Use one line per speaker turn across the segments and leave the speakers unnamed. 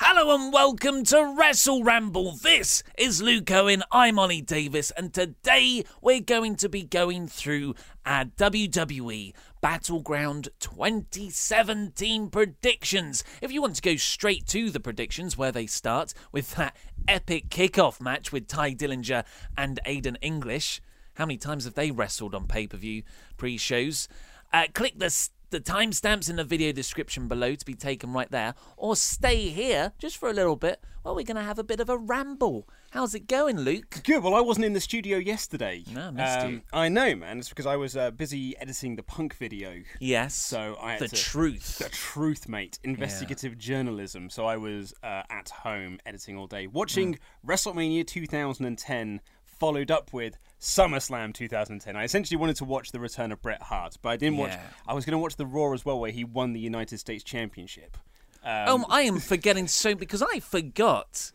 Hello and welcome to Wrestle Ramble. This is Luke Owen. I'm Ollie Davis, and today we're going to be going through our WWE Battleground 2017 predictions. If you want to go straight to the predictions where they start with that epic kickoff match with Ty Dillinger and Aidan English, how many times have they wrestled on pay per view pre shows? Uh, click the s- the timestamps in the video description below to be taken right there, or stay here just for a little bit while we're going to have a bit of a ramble. How's it going, Luke?
Good. Well, I wasn't in the studio yesterday. Um,
No, I missed you.
I know, man. It's because I was uh, busy editing the punk video.
Yes.
So I had
the
to-
truth.
The truth, mate. Investigative journalism. So I was uh, at home editing all day,
Mm.
watching WrestleMania 2010, followed up with SummerSlam 2010. I essentially wanted to watch the return of Bret Hart, but I didn't watch.
Yeah.
I was going to watch the Raw as well, where he won the United States Championship. Um,
oh, I am forgetting so because I forgot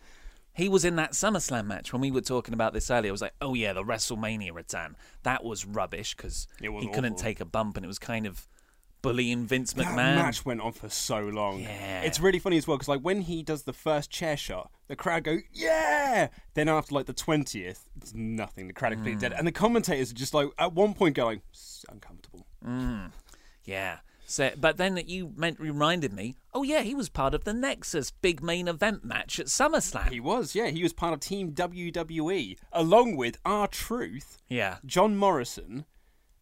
he was in that SummerSlam match when we were talking about this earlier. I was like, oh yeah, the WrestleMania return. That was rubbish because he
It was
couldn't
awful.
take a bump and it was kind of bullying Vince
That
McMahon.
match went on for so long.
Yeah.
It's really funny as well because like when he does the first chair shot, the crowd go yeah. Then after like the twentieth, it's nothing. The crowd are completely dead, and the commentators are just like at one point going "S- uncomfortable.
Yeah. So, but then that you meant reminded me. Oh yeah, he was part of the Nexus big main event match at SummerSlam.
He was, yeah, he was part of Team WWE along with R Truth,
yeah,
John Morrison,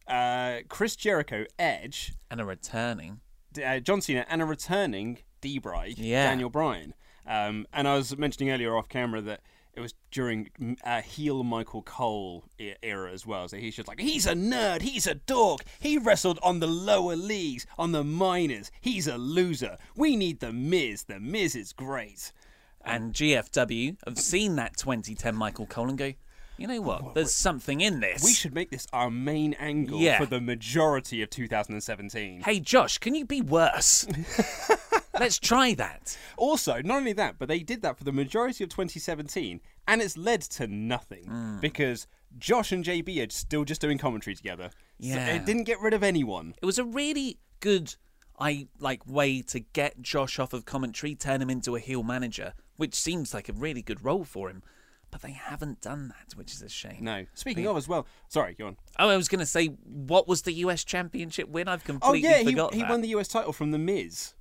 uh, Chris Jericho, Edge,
and a returning.
D- uh, John Cena and a returning D. Bry,
Yeah.
Daniel Bryan. Um, and I was mentioning earlier off camera that it was during mm, uh, heel Michael Cole e- era as well. So he's just like, he's a nerd, he's a dork, he wrestled on the lower leagues, on the minors, he's a loser. We need the Miz, the Miz is great.
And GFW have seen that 2010 Michael Cole and go, you know what? There's something in this.
We should make this our main angle
Yeah.
for the majority of 2017.
Hey Josh, can you be worse? Let's try that.
Also, not only that, but they did that for the majority of 2017, and it's led to nothing because Josh and JB are still just doing commentary together. So
Yeah.
it didn't get rid of anyone.
It was a really good, I like way to get Josh off of commentary, turn him into a heel manager, which seems like a really good role for him. But they haven't done that, which is a shame.
No. Speaking of as well, sorry, go on.
Oh, I was going to say, what was the US Championship win? I've
Oh
completely
yeah, he,
forgot.
he
that.
won the US title from The Miz.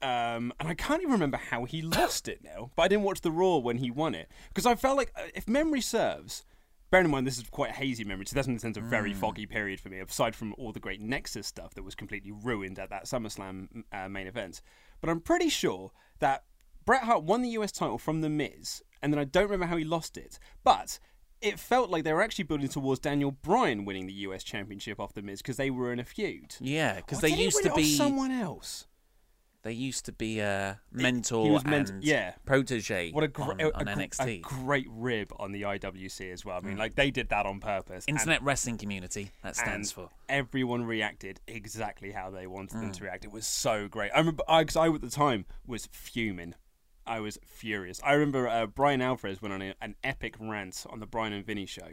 Um, and I can't even remember how he lost it now, but I didn't watch the Raw when he won it because I felt like, uh, if memory serves, bearing in mind this is quite a hazy memory. 2010 is a
Hmm.
very foggy period for me, aside from all the great Nexus stuff that was completely ruined at that SummerSlam uh, main event. But I'm pretty sure that Bret Hart won the US title from The Miz, and then I don't remember how he lost it, but. It felt like they were actually building towards Daniel Bryan winning the US Championship off The Miz because they were in a feud.
Yeah, because
Or
they
did he
used
win
to
it off
be
someone else.
they used to be uh, mentor
was meant-
and
yeah.
protege.
What a, gr-
on,
a,
on
a gr-
NXT
a great rib on the IWC as well. I
Mm.
mean, like they did that on purpose. and-
Internet Wrestling Community that stands
and
for. Mm.
Everyone reacted exactly how they wanted them to react. It was so great. I remember because I, at the time was fuming. I was furious. I remember uh, Brian Alvarez went on a, an epic rant on the Brian and Vinny show,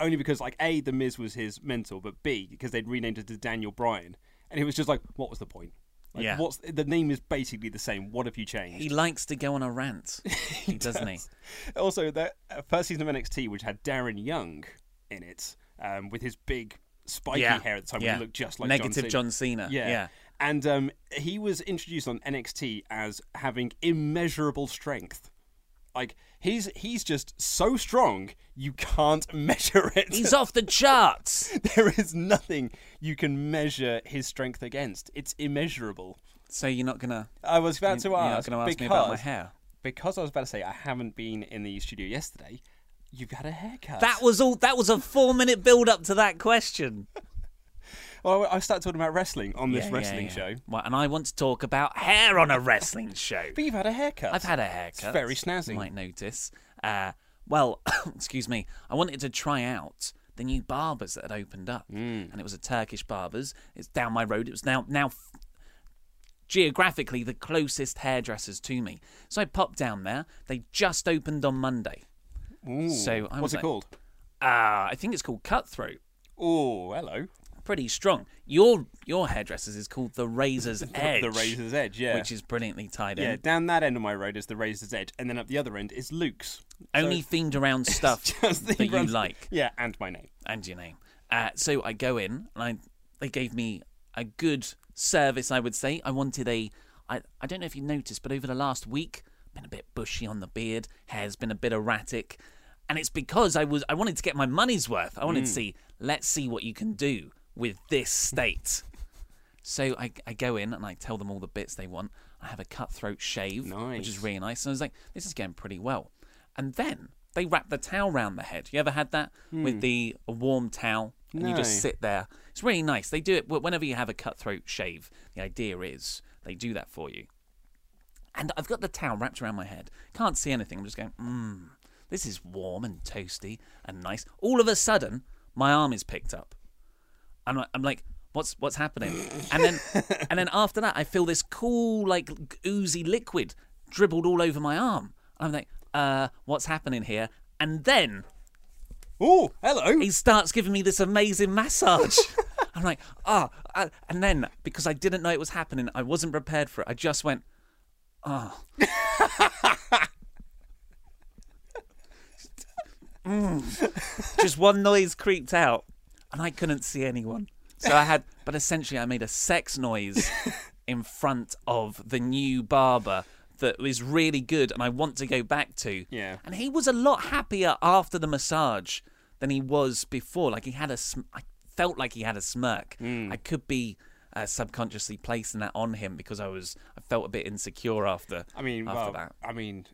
only because like a the Miz was his mentor, but b because they'd renamed it to Daniel Bryan, and it was just like, what was the point? Like,
Yeah.
What's the name is basically the same. What have you changed?
He likes to go on a rant, he doesn't he?
also, that uh, first season of NXT, which had Darren Young in it, um, with his big spiky hair at the time,
yeah.
he looked just like
negative
John
John Cena.
Cena. Yeah. And um, he was introduced on NXT as having immeasurable strength. Like he's he's just so strong you can't measure it.
he's off the charts.
there is nothing you can measure his strength against. It's immeasurable.
So you're not gonna
I was about
you-
to
you're not
ask,
gonna ask
because,
me about my hair.
because I was about to say I haven't been in the studio yesterday. You've had a haircut.
That was all. That was a four minute build up to that question.
Well, Oh, I I started talking about wrestling on this
Yeah, yeah,
wrestling
yeah.
show.
Well, and I want to talk about hair on a wrestling show.
But you've had a haircut.
I've had a haircut.
It's very snazzy.
You might notice. Uh, well, excuse me. I wanted to try out the new barbers that had opened up,
Hmm.
and it was a Turkish barbers. It's down my road. It was now now f- geographically the closest hairdressers to me. So I popped down there. They just opened on Monday.
Ooh.
So I
what's
was
it
like-
called?
Uh, I think it's called Cutthroat.
Oh, hello.
Pretty strong. Your your hairdressers is called the Razor's Edge.
The Razor's Edge, yeah.
Which is brilliantly tied
yeah,
in.
down that end of my road is the Razor's Edge, and then up the other end is Luke's.
Only themed around stuff
Just the
that you
runs-
like.
Yeah, and my name.
and your name. Uh, so I go in, and I they gave me a good service, I would say. I wanted a, I, I don't know if you noticed, but over the last week, been a bit bushy on the beard, hair's been a bit erratic, and it's because I was I wanted to get my money's worth. I wanted to see, let's see what you can do with this state. So I, I go in and I tell them all the bits they want. I have a cutthroat shave, which is
Nice.
really nice. And I was like, this is going pretty well. And then they wrap the towel round the head. You ever had that with the a warm towel and you
Hmm. No.
just sit there? It's really nice. They do it wh- whenever you have a cutthroat shave. The idea is they do that for you. And I've got the towel wrapped around my head. Can't see anything. I'm just going, mmm, this is warm and toasty and nice. All of a sudden, my arm is picked up. I'm like, I'm like what's what's happening? And then and then after that, I feel this cool like oozy liquid dribbled all over my arm. And I'm like, uh, what's happening here? And then
Oh, hello.
he starts giving me this amazing massage. I'm like, ah, uh, and then because I didn't know it was happening, I wasn't prepared for it. I just went, oh. Mm. Just one noise creeped out, and I couldn't see anyone. So I had, but essentially, I made a sex noise in front of the new barber that was really good, and I want to go back to.
Yeah.
And he was a lot happier after the massage than he was before. Like he had a, sm- I felt like he had a smirk.
Hmm.
I could be uh, subconsciously placing that on him because I was, I felt a bit insecure after.
I mean,
after
well,
that.
I mean,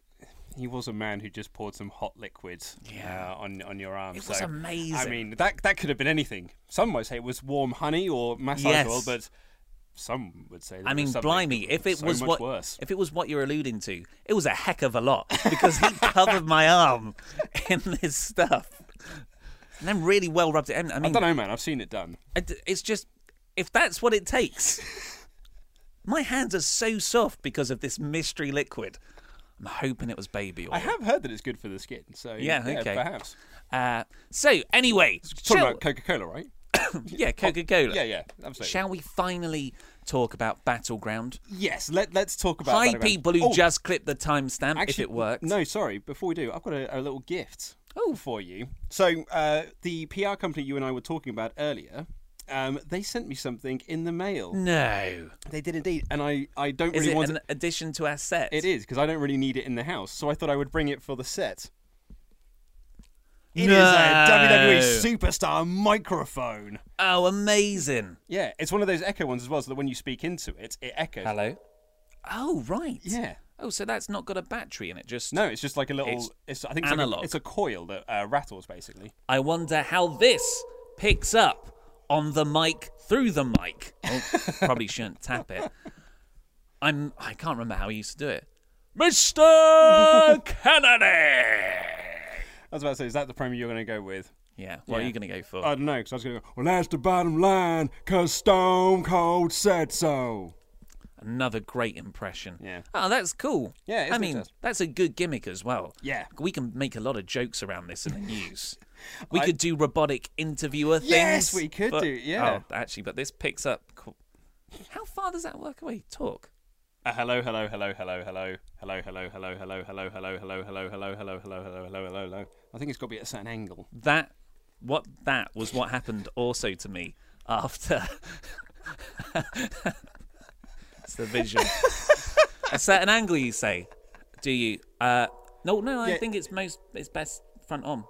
he was a man who just poured some hot liquid uh, on on your arm.
It
so,
was
I
amazing.
mean, that that could have been anything. Some might say it was warm honey or massage
Yes.
oil, but some would say. That
I
it
mean,
was something
blimey! If it
so
was
much
what
worse.
if it was what you're alluding to, it was a heck of a lot because he covered my arm in this stuff, and then really well rubbed it. in. I
I
mean,
don't know, man. I've seen it done.
it- it's just if that's what it takes. my hands are so soft because of this mystery liquid. I'm hoping it was baby oil.
I have heard that it's good for the skin. So
Yeah, okay.
perhaps.
Uh, so anyway,
Talking
shall-
about Coca Cola, right?
yeah, Coca-Cola.
Yeah, yeah, absolutely.
Shall we finally talk about Battleground?
yes, let let's talk about.
Hi,
that again.
people who
Oh,
just clip the timestamp if it works.
No, sorry. Before we do, I've got a, a little gift
Oh.
for you. So uh, the PR company you and I were talking about earlier, um, they sent me something in the mail.
No.
They did indeed, and I, I don't
Mm. Is
really
it
want
an addition to our set?
it. It is because I don't really need it in the house, so I thought I would bring it for the set. It is a WWE E superstar microphone.
Oh, amazing.
Yeah, it's one of those echo ones as well, so that when you speak into it, it echoes.
Hello. Oh, right.
Yeah.
Oh, so that's not got a battery in it. Just
No, it's just like a little.
It's
It's, I think it's, like
analog.
a, it's a coil that uh, rattles basically.
I wonder how this picks up on the mic through the mic. Oh, probably shouldn't tap it. I'm. I can't remember how he used to do it. Mr. Kennedy.
I was about to say, is that the promo you're going to go with?
Yeah. What are
Yeah. Oh,
you going to go for?
I don't know, because I was going to go, well, that's the bottom line, because Stone Cold said so.
Another great impression.
Yeah.
Oh, that's cool.
Yeah,
I
isn't it
mean,
just-
that's a good gimmick as well.
Yeah.
We can make a lot of jokes around this in the news. we could do robotic interviewer things.
Yes, we could
but-
do, yeah.
Oh, actually, but this picks up. co- How far does that work away? Talk.
Uh, hello, hello, hello, hello, hello, hello, hello, hello, hello, hello, hello, hello, hello, hello, hello, hello, hello, hello, hello, hello. I think it's got to be at a certain angle.
That what that was what happened also to me after. it's the vision. a certain angle, you say? Do you? Uh, no, no. I
Yeah.
think it's most. It's best front on.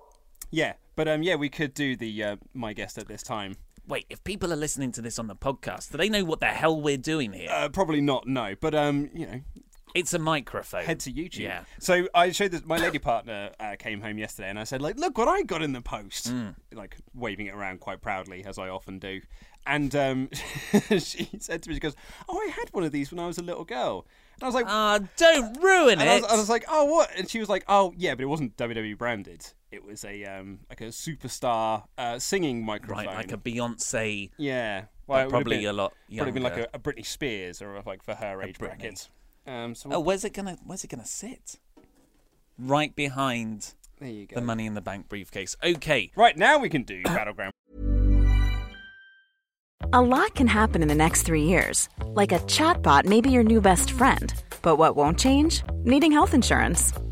Yeah, but um, yeah, we could do the uh, my guest at this time.
Wait, if people are listening to this on the podcast, do they know what the hell we're doing here?
Uh, probably not, no. But um, you know,
it's a microphone.
head to YouTube.
Yeah.
So I showed this. My lady partner uh, came home yesterday, and I said, like, look what I got in the post,
Mm.
like waving it around quite proudly as I often do. And um, she said to me, she goes, "Oh, I had one of these when I was a little girl." And I was like,
Ah, don't ruin
and I,
it.
was, I was like, "Oh, what?" And she was like, "Oh, yeah, but it wasn't WWE branded. It was a um, like a superstar uh, singing microphone,
right, like a Beyonce.
yeah, well, it would've
probably
been-
a lot
probably been like
younger.
a, a Britney Spears or like for her age
Britney.
bracket." Um, so
Oh, where's it gonna? Where's it gonna sit? Right behind
there you go.
the Money in the Bank briefcase. Okay.
Right now we can do battleground.
A lot can happen in the next three years. Like a chatbot may be your new best friend. But what won't change? Needing health insurance.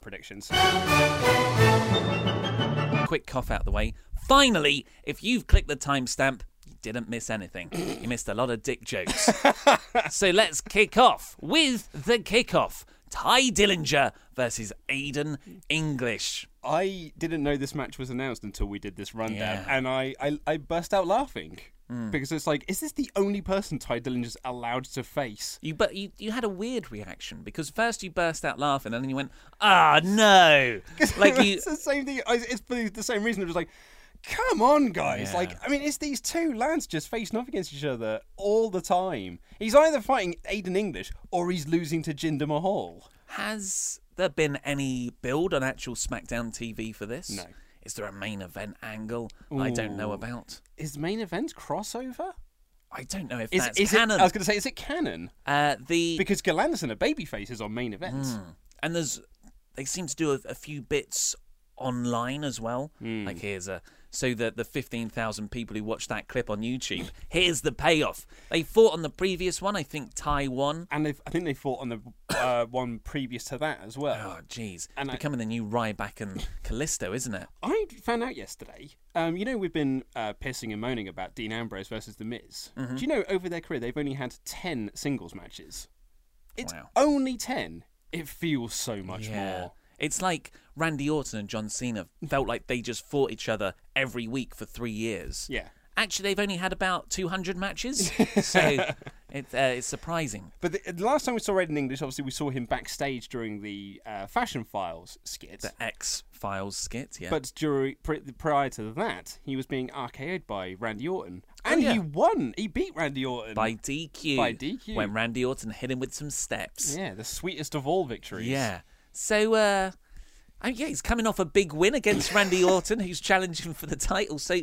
predictions.
quick cough out the way. Finally, if you've clicked the timestamp, you didn't miss anything. You missed a lot of dick jokes. so let's kick off with the kickoff. Ty Dillinger versus Aiden English.
I didn't know this match was announced until we did this rundown,
Yeah. Hmm.
and I, I, I burst out laughing because it's like, is this the only person Ty Dillinger's allowed to face?
You but you, you had a weird reaction because first you burst out laughing and then you went, "Ah no!" Like you
it's the same thing. I- It's for the same reason. It was like, come on, guys!
Yeah.
Like, I mean, it's these two lads just facing off against each other all the time. He's either fighting Aiden English or he's losing to Jinder Mahal.
Has there been any build on actual SmackDown TV for this?
No.
Is there a main event angle I don't know about?
Is the main event crossover?
I don't know if
Is,
that's
is
canon.
It, I was going to say, is it canon?
uh, the
Because Galantis and a babyface is on main event.
Hmm. and there's they seem to do a, a few bits online as well.
Hmm.
Like here's a so that the fifteen thousand people who watched that clip on YouTube, here's the payoff. They fought on the previous one. I think Ty won.
and they've, I think they fought on the uh, one previous to that as well.
Oh jeez,
and I-
becoming the new Ryback and Callisto, isn't it?
I found out yesterday. Um, you know, we've been uh, pissing and moaning about Dean Ambrose versus The Miz. Do you know over their career they've only had ten singles matches? It's
Wow.
only ten. It feels so much more.
It's like Randy Orton and John Cena felt like they just fought each other every week for three years.
Yeah.
Actually, they've only had about 200 matches. So It's uh, it's surprising.
But the, the last time we saw Ed in English, obviously, we saw him backstage during the uh, Fashion Files skit.
The X Files skit, yeah.
But during, pri- prior to that, he was being RKO'd by Randy Orton.
Oh,
And
yeah.
he won. He beat Randy Orton.
by DQ.
By DQ.
When Randy Orton hit him with some steps.
Yeah, the sweetest of all victories.
Yeah. So, uh, oh, yeah, he's coming off a big win against Randy Orton, who's challenging for the title. So,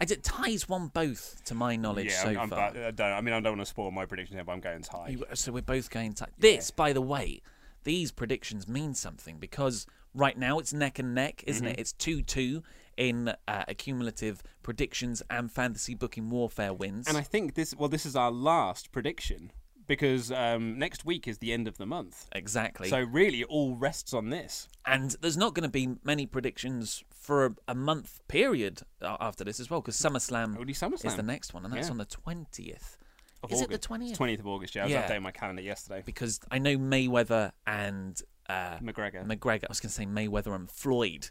I did ties won both, to my knowledge,
Yeah,
so
I'm, uh, I'm
far.
ba- I don't, I mean, I don't want to spoil my prediction here, but I'm going tie.
You- So we're both going tight. This, by the way, these predictions mean something because right now it's neck and neck, isn't
Mm-hmm.
it? It's two two in uh, accumulative predictions and fantasy booking warfare wins.
And I think this, well, this is our last prediction because um, next week is the end of the month.
exactly.
So really, it all rests on this.
and there's not going to be many predictions for a, a month period a- after this as well because SummerSlam,
Only SummerSlam.
is the next one, and that's
Yeah.
on the twentieth.
Of
Is it the
August.
twentieth?
It's 20th of August, yeah. I was
Yeah.
updating my calendar yesterday.
Because I know Mayweather and. Uh,
McGregor.
McGregor. I was going to say Mayweather and Floyd.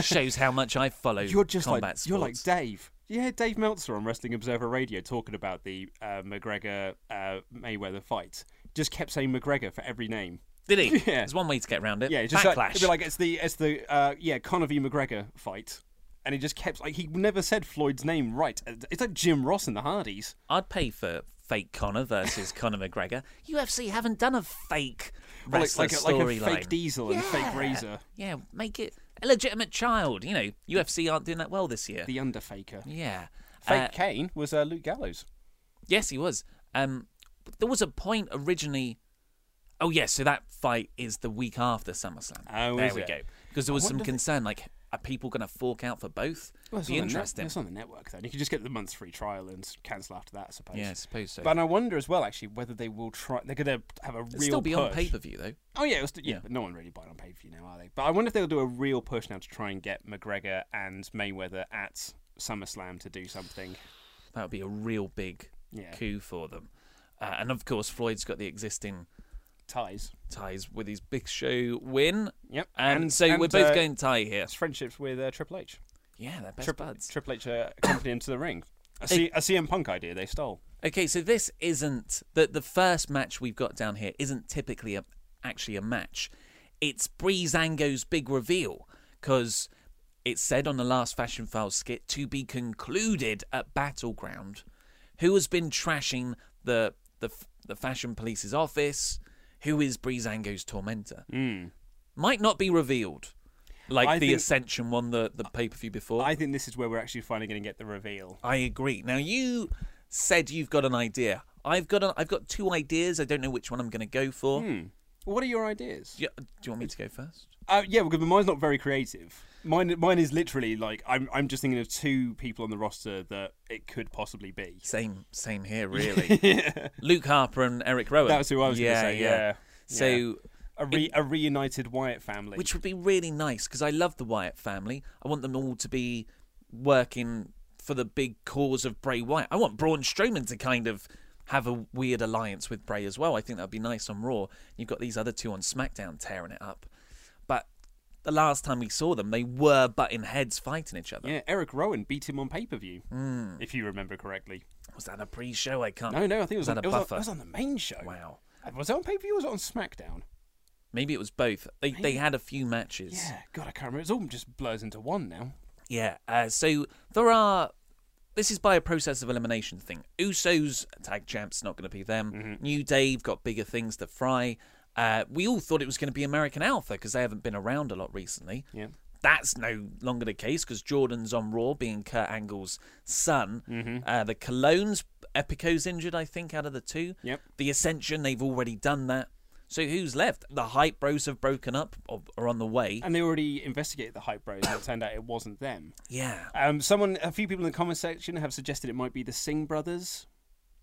Shows how much I follow
You're just like
combat sports.
you're like Dave. Yeah, Dave Meltzer on Wrestling Observer Radio talking about the uh, McGregor uh, Mayweather fight. Just kept saying McGregor for every name.
Did he?
Yeah.
There's one way to get around it.
Yeah, it's just
Backlash.
like, it'd be like it's the it's the uh, yeah Conor v McGregor fight, and he just kept like he never said Floyd's name right. It's like Jim Ross in the Hardys.
I'd pay for fake Connor versus Conor McGregor. UFC haven't done a fake
Or like
wrestler
like a, like a
storyline.
fake Diesel and fake Razor,
Yeah, make it a legitimate child. You know, UFC aren't doing that well this year.
the Underfaker.
yeah.
Fake
Uh,
Kane was uh, Luke Gallows.
Yes, he was. Um, but there was a point originally. Oh yes, so that fight is the week after SummerSlam.
Oh,
there
is
we
it?
go. Because there was
I
some
wonder if-
concern, like, are people going to fork out for both?
it's
Be
on the net-
interesting.
it's on the network then. You could just get the month's free trial and cancel after that, I suppose.
Yeah, I suppose so.
But and I wonder as well, actually, whether they will try. They're going to have a
It'll
real
still be on
push.
pay per view though.
Oh yeah, it'll st- yeah,
Yeah.
but no one really buying on pay per view now, are they? But I wonder if they'll do a real push now to try and get McGregor and Mayweather at SummerSlam to do something.
That would be a real big
Yeah.
coup for them. Uh, and of course, Floyd's got the existing
Ties.
ties with his Big Show win.
Yep.
Um,
And-
so
and,
we're both
uh,
going tie here.
It's friendships with uh, Triple H.
Yeah, they're best
Triple,
buds.
Triple H uh, accompanied him to the ring. A, C- a CM Punk idea they stole.
Okay, so this isn't the the first match we've got down here isn't typically a, actually a match. It's Breezango's big reveal because it said on the last Fashion Files skit to be concluded at Battleground. Who has been trashing the the f- the Fashion Police's office? Who is Breezango's tormentor? Might not be revealed, like
I
the
think-
Ascension one, the the pay per view before.
I think this is where we're actually finally going to get the reveal.
I agree. Now you said you've got an idea. I've got a, I've got two ideas. I don't know which one I'm going to go for.
Hmm. What are your ideas?
Do, you, do you want me to go first?
Uh, yeah, because mine's not very creative. Mine, mine is literally like I'm. I'm just thinking of two people on the roster that it could possibly be.
Same same here, really. Luke Harper and Eric Rowan.
That's who I was gonna say, yeah.
So
Yeah. A, re- a reunited Wyatt family.
which would be really nice because I love the Wyatt family. I want them all to be working for the big cause of Bray Wyatt. I want Braun Strowman to kind of have a weird alliance with Bray as well. I think that'd be nice on Raw. You've got these other two on SmackDown tearing it up, but the last time we saw them, they were butting heads fighting each other.
yeah, Eric Rowan beat him on pay per view,
Hmm.
if you remember correctly.
Was that a pre-show? I can't.
No, no, I think it was, on,
that
it
a
was on-
buffer.
it was on the main show.
Wow.
Uh, Was it on pay per view? or Was it on SmackDown?
Maybe it was both. They they had a few matches.
Yeah, God, I can't remember. It's all just blurs into one now.
Yeah. Uh, so there are. This is by a process of elimination thing. Usos tag champs not going to be them.
Mm-hmm.
New Dave got bigger things to fry. Uh, we all thought it was going to be American Alpha because they haven't been around a lot recently.
Yeah.
That's no longer the case because Jordan's on Raw, being Kurt Angle's son.
Mm-hmm.
Uh, the Colognes, Epico's injured, I think, out of the two.
Yep.
The Ascension, they've already done that. So who's left? The Hype Bros have broken up or are on the way.
And they already investigated the hype bros, and it turned out it wasn't them.
yeah.
Um, someone, a few people in the comment section have suggested it might be the Singh brothers,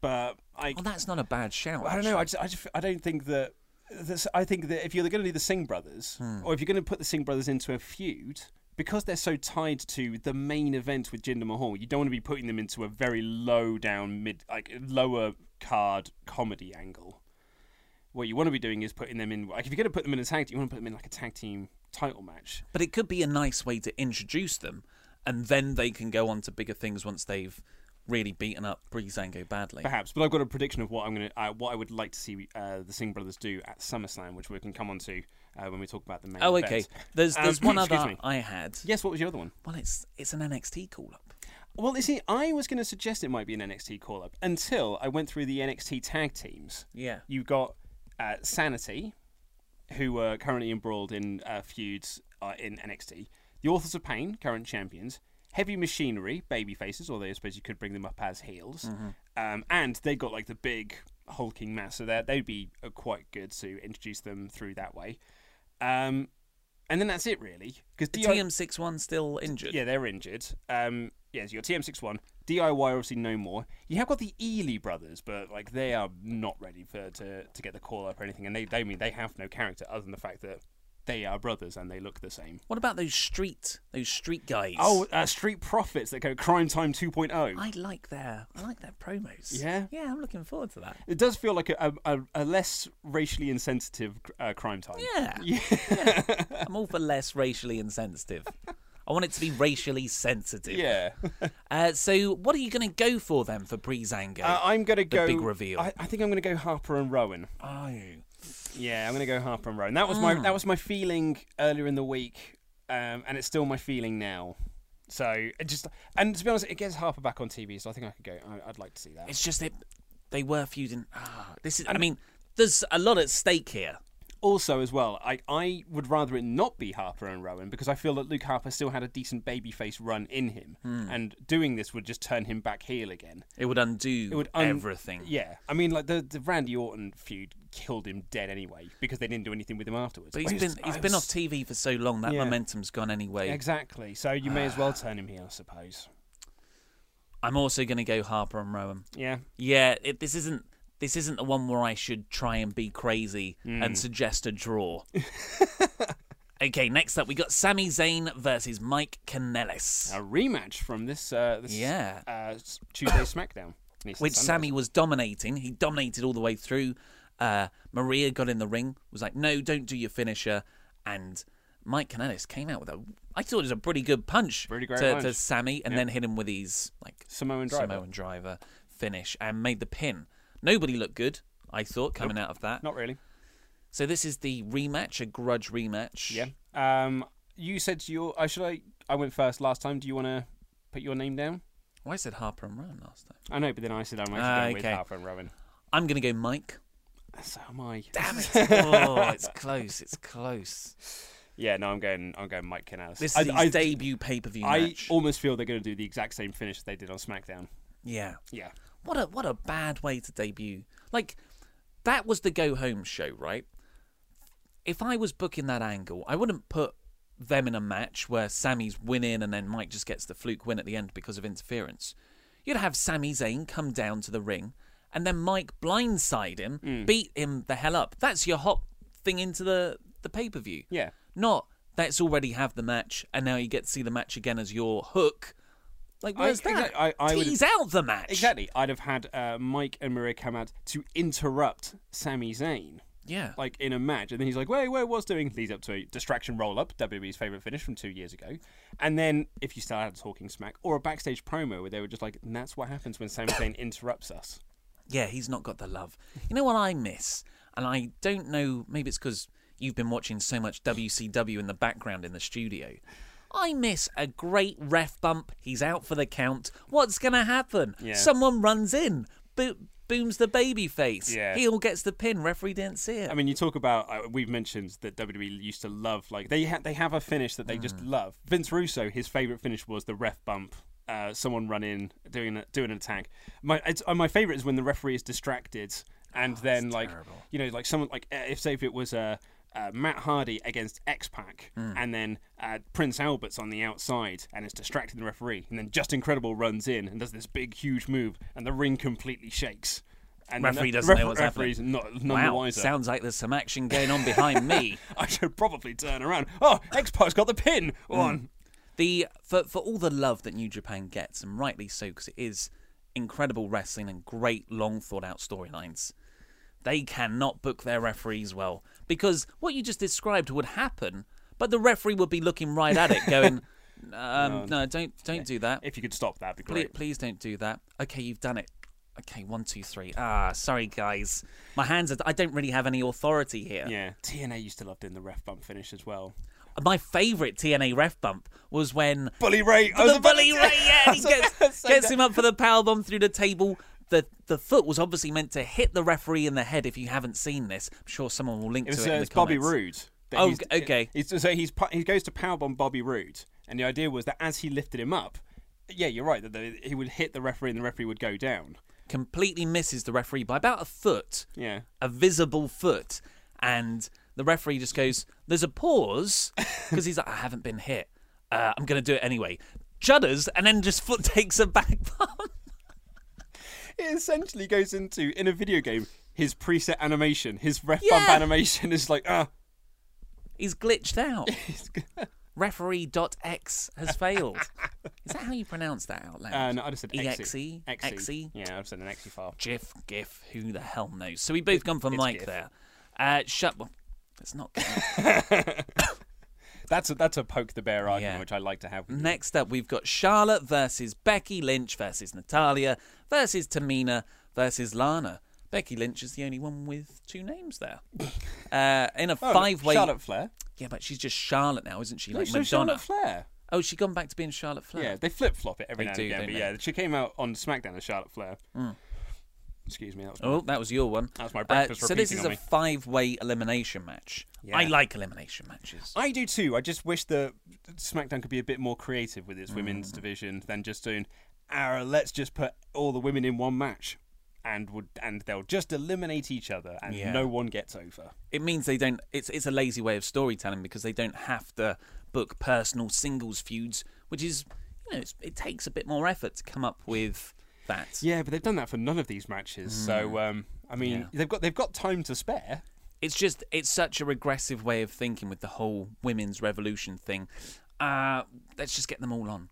but I,
Well, that's not a bad shout.
I don't know. I
actually.
just, I just, I don't think that. This, I think that if you're going to do the Singh brothers,
Hmm.
or if you're going to put the Singh brothers into a feud, because they're so tied to the main event with Jinder Mahal, you don't want to be putting them into a very low down, mid, like lower card comedy angle. What you want to be doing is putting them in. Like if you're going to put them in a tag, team, you want to put them in like a tag team title match.
But it could be a nice way to introduce them, and then they can go on to bigger things once they've really beaten up Breezango badly.
Perhaps, but I've got a prediction of what I'm gonna, uh, what I would like to see uh, the Singh brothers do at SummerSlam, which we can come on to uh, when we talk about the main.
Oh,
event.
okay. There's
Um,
there's one
excuse
other
me.
I had.
Yes, what was your other one?
Well, it's it's an NXT call up.
Well, you see, I was going to suggest it might be an NXT call up until I went through the NXT tag teams.
Yeah.
You got uh, Sanity, who are currently embroiled in uh, feuds uh, in NXT, the Authors of Pain, current champions, Heavy Machinery, baby faces, although I suppose you could bring them up as heels, um, and they got like the big hulking mass, so they're- they'd be uh, quite good to introduce them through that way. Um, and then that's it, really. Because
TM61 still injured.
yeah, they're injured. Um, yeah, so your TM61, DIY obviously no more. You have got the Ely brothers, but like they are not ready for to, to get the call up or anything, and they they mean they have no character other than the fact that they are brothers and they look the same.
What about those street those street guys?
Oh, uh, Street Profits that go Crime Time oh. 2.0.
I like their I like their promos.
Yeah?
yeah, I'm looking forward to that.
It does feel like a, a, a- a less racially insensitive uh, crime time.
Yeah. yeah. I'm all for less racially insensitive. I want it to be racially sensitive.
Yeah.
Uh, so, what are you going to go for then for Breezango?
Uh, I'm going to
The
go.
big reveal.
I, I think I'm going to go Harper and Rowan.
oh.
Yeah, I'm gonna go Harper and Rowan. That was my that was my feeling earlier in the week, um, and it's still my feeling now. So it just and to be honest, it gets Harper back on TV, so I think I could go. I, I'd like to see that.
It's just that they were feuding. Ah, this is. I mean, there's a lot at stake here.
also, as well, I I would rather it not be Harper and Rowan because I feel that Luke Harper still had a decent babyface run in him,
Hmm.
and doing this would just turn him back heel again.
It would undo
It would un-
everything.
Yeah, I mean, like the the Randy Orton feud killed him dead anyway because they didn't do anything with him afterwards.
But he's
I
been
just-
he's
I
been off
was-
TV for so long that
Yeah.
momentum's gone anyway.
Exactly. So you may as well turn him heel, I suppose.
I'm also going to go Harper and Rowan.
Yeah.
Yeah, it, this isn't this isn't the one where I should try and be crazy
Hmm.
and suggest a draw. okay, next up we got Sami Zayn versus Mike Kanellis,
a rematch from this uh, this
Yeah.
uh, s- Tuesday SmackDown. Needs to
which
Sunday.
Sammy was dominating. He dominated all the way through. Uh, Maria got in the ring, was like, "No, don't do your finisher," and Mike Kanellis came out with a. I thought it was a pretty good punch,
Pretty great
to, to
punch.
Sammy, and then hit him with his like
Samoan driver.
Samoan driver finish and made the pin. Nobody looked good, I thought, coming out of that.
Not really.
So this is the rematch, a grudge rematch.
Yeah. Um, you said your. I should I. I went first last time. Do you want to put your name down?
Well, I said Harper and Rowan last time.
I know, but then I said I'm actually
Ah,
going
okay.
with Harper and Rowan.
I'm gonna go Mike.
So am I.
Damn it! oh, it's close. It's close.
Yeah. No, I'm going. I'm going Mike Canales.
This is
I,
his
I-
debut pay per view
I
match.
almost feel they're going to do the exact same finish they did on SmackDown.
yeah.
Yeah.
What a what a bad way to debut. Like that was the go home show, right? If I was booking that angle, I wouldn't put them in a match where Sammy's winning and then Mike just gets the fluke win at the end because of interference. You'd have Sami Zayn come down to the ring and then Mike blindside him,
Hmm.
beat him the hell up. That's your hot thing into the the pay per view.
Yeah.
Not let's already have the match and now you get to see the match again as your hook. Like
I-
where's that?
exact- I- I would-
Tease out the match.
Exactly. I'd have had uh, Mike and Maria come out to interrupt Sami Zayn.
Yeah.
like in a match, and then he's like, "Wait, wait, what's doing?" Leads up to a distraction roll up, WWE's favorite finish from two years ago, and then if you still had a talking smack or a backstage promo where they were just like, and "That's what happens when Sami Zayn interrupts us."
Yeah, he's not got the love. You know what I miss? And I don't know, maybe it's because you've been watching so much WCW in the background in the studio. I miss a great ref bump. He's out for the count. What's going to happen?
Yeah.
Someone runs in, bo- booms the baby face.
Yeah.
Heel gets the pin. Referee didn't see it.
I mean, you talk about uh, we've mentioned that WWE used to love like they ha- they have a finish that they just
Mm.
love. Vince Russo, his favorite finish was the ref bump. Uh, someone run in doing a, doing an attack. My it's, uh, my favorite is when the referee is distracted
Ah,
and then like you know like someone like uh, if say if it was uh, uh, Matt Hardy against X Pac
Mm.
and then uh, Prince Albert's on the outside and is distracting the referee and then Just Incredible runs in and does this big huge move and the ring completely shakes. And then
referee
the
doesn't know
refer-
what's
referee's
happening.
Not, none the
wow,
wiser.
sounds like there's some action going on behind me.
I should probably turn around. Oh, X Pac's got the pin
Mm.
on.
The for for all the love that New Japan gets, and rightly so, because it is incredible wrestling and great long thought out storylines. They cannot book their referees well because what you just described would happen, but the referee would be looking right at it, going, Um, no, don't don't do that.
If you could stop, that'd be
please,
great.
please don't do that. Okay, you've done it. Okay, one, two, three. Ah, sorry guys, my hands are. I don't really have any authority here.
Yeah. TNA used to love doing the ref bump finish as well.
My favourite TNA ref bump was when
Bully Ray. I was
the
about to
bully
say-
Ray,
I
yeah, he
was about
gets,
to say
gets
that.
him up for the powerbomb through the table. The the foot was obviously meant to hit the referee in the head. If you haven't seen this, I'm sure someone will link
It was,
to it.
uh,
in the
it's Bobby
comments.
Roode. that
Oh,
he's-
g- okay.
He's, so he's pu- he goes to powerbomb Bobby Roode, and the idea was that as he lifted him up, yeah, you're right that the, he would hit the referee and the referee would go down.
Completely misses the referee by about a foot,
Yeah.
a visible foot, and the referee just goes. There's a pause because he's like, I haven't been hit. Uh, I'm going to do it anyway. Judders and then just foot takes a back bump.
It essentially goes into in a video game his preset animation, his ref bump
Yeah.
animation is like ah.
He's glitched out. Referee.x has failed. Is that how you pronounce that out loud? E
Uh, no, I just said
EXE?
exe. Exe.
Exe?
E. Yeah, I've said an exe file.
GIF, GIF, who the hell knows? So we both gone for
it's
Mike
GIF.
there. Uh, shut. Well, that's not.
That's a, that's a poke the bear argument,
Yeah. Mm.
which I like to have. with you.
Next up, we've got Charlotte versus Becky Lynch versus Natalia versus Tamina versus Lana. Becky Lynch is the only one with two names there. Uh, in a
Oh, look,
five-way.
Charlotte Flair.
Yeah, but she's just Charlotte now, isn't she?
No,
Like
so
Madonna.
Charlotte Flair.
Oh, she gone back to being Charlotte Flair.
Yeah, they flip flop it every
They
now
do,
and again.
don't they?
But
Hmm.
yeah, she came out on SmackDown as Charlotte Flair. Excuse me, that was my-
Oh, that was your one. Uh,
That was my breakfast
so this
repeating
is
on
a
me.
five-way elimination match. I
Yeah.
like elimination matches.
I do too. I just wish that SmackDown could be a bit more creative with its women's
Hmm.
division than just doing, "Ah, let's just put all the women in one match, and would and they'll just eliminate each other, and
Yeah.
no one gets over."
it means they don't it's it's a lazy way of storytelling because they don't have to book personal singles feuds which is you know it's, it takes a bit more effort to come up with that
Yeah, but they've done that for none of these matches. So um, I mean,
Mm. Yeah.
they've got they've got time to spare.
it's just it's such a regressive way of thinking with the whole women's revolution thing uh let's just get them all on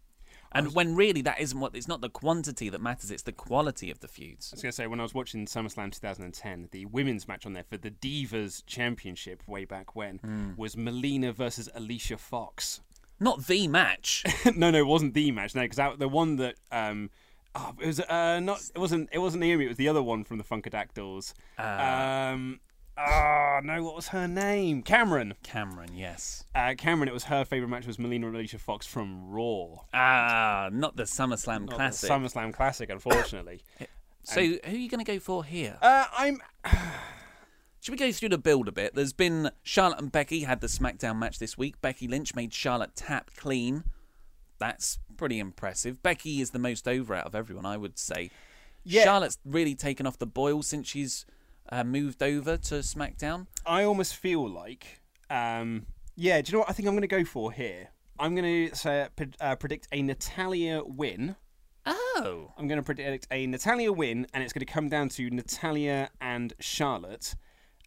and when really that isn't what it's not the quantity that matters it's the quality of the feuds
I was going to say, when I was watching SummerSlam 2010, the women's match on there for the Divas Championship way back when
Mm.
was Melina versus Alicia Fox.
not the match
no, no, it wasn't the match. No, because the one that um, oh, it was uh, not. It wasn't. It wasn't Naomi. It was the other one from the Funkadactyls.
Uh.
Um, ah, no, what was her name? Cameron.
cameron yes
Uh, Cameron. It was her favorite match was Melina and Alicia Fox from Raw.
ah not the summerslam
Not the
classic
SummerSlam Classic, unfortunately.
so who are you going to go for here
uh, I'm.
Should we go through the build a bit? There's been Charlotte and Becky had the SmackDown match this week. Becky Lynch made Charlotte tap clean. That's pretty impressive. Becky is the most over out of everyone, I would say.
Yeah.
Charlotte's really taken off the boil since she's uh, moved over to SmackDown.
I almost feel like, um, yeah. Do you know what I think I'm going to go for here? I'm going to say pred- uh, predict a Natalia win.
Oh.
I'm going to predict a Natalia win, and it's going to come down to Natalia and Charlotte,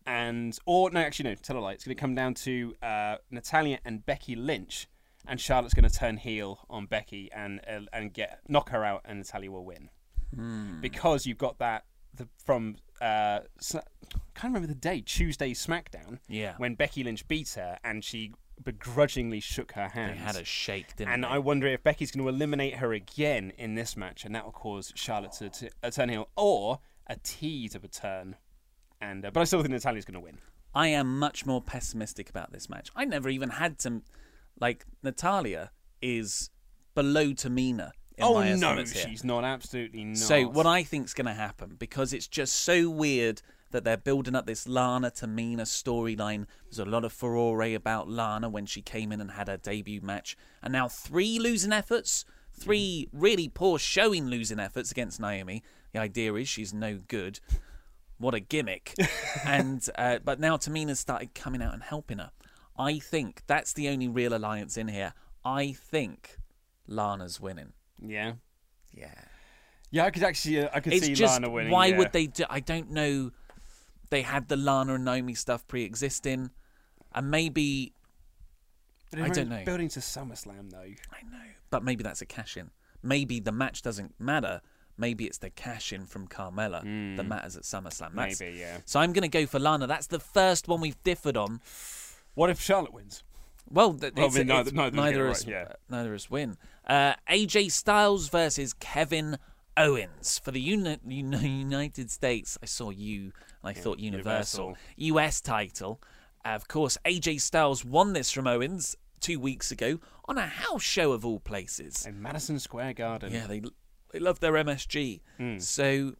and or no, actually no, tell a lie. It's going to come down to uh, Natalia and Becky Lynch, and Charlotte's going to turn heel on Becky and uh, and get knock her out, and Natalia will win
Hmm.
because you've got that the, from uh, s- I can't remember the day Tuesday SmackDown.
Yeah.
when Becky Lynch beat her, and she begrudgingly shook her
They
hand.
had a shake, didn't
And
they?
I wonder if Becky's going to eliminate her again in this match, and that will cause Charlotte to, to a turn heel or a tease of a turn. And uh, but I still think Natalia's going to win.
I am much more pessimistic about this match. I never even had to. Like, Natalia is below Tamina. In my
oh no,
estimates here.
she's not. Absolutely not.
So what I think's going to happen because it's just so weird that they're building up this Lana Tamina storyline. There's a lot of furore about Lana when she came in and had her debut match, and now three losing efforts, three really poor showing losing efforts against Naomi. The idea is she's no good. What a gimmick! and uh, but now Tamina's started coming out and helping her. I think that's the only real alliance in here. I think Lana's winning.
yeah,
Yeah
yeah, I could actually, uh, I could
it's
see
just
Lana winning.
why
yeah.
would they do? I don't know. They had the Lana and Naomi stuff pre-existing, and maybe
But
I don't
everyone's
know.
Building to SummerSlam though.
I know, but maybe that's a cash in. Maybe the match doesn't matter. Maybe it's the cash in from Carmella that matters at SummerSlam. That's,
Hmm. Maybe, yeah.
So I'm going to go for Lana. That's the first one we've differed on.
What if Charlotte wins?
Well, th-
Well,
it's-
I mean, neither-
it's-
neither will get it
is
right, yeah.
uh, neither is win. Uh, AJ Styles versus Kevin Owens for the uni- uni- United States. I saw you and I thought Universal. US title. Uh, Of course, AJ Styles won this from Owens two weeks ago on a house show of all places.
In Madison Square Garden.
Yeah, they they love their MSG.
Hmm.
So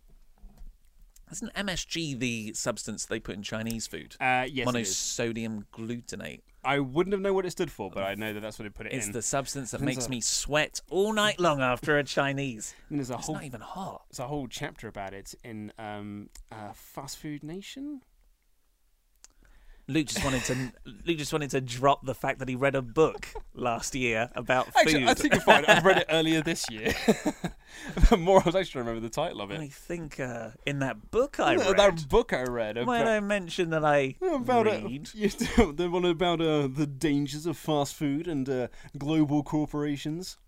isn't MSG the substance they put in Chinese food?
Uh, yes, it is.
Monosodium glutamate.
I wouldn't have known what it stood for, but I know that that's what it put it
It's
in.
the substance that
Depends
makes
on-
me sweat all night long after a Chinese.
And there's a
It's
whole
not even hot.
there's a whole chapter about it in um, uh, Fast Food Nation.
Luke just wanted to. Luke just wanted to drop the fact that he read a book last year about food.
Actually, I think you're fine. I read it earlier this year. the more I was actually remember the title of it.
I think, uh, in that book I
That-
read,
That book I read
might
about,
I mention that I
about uh,
read?
you know, the one about uh, the dangers of fast food and uh, global corporations.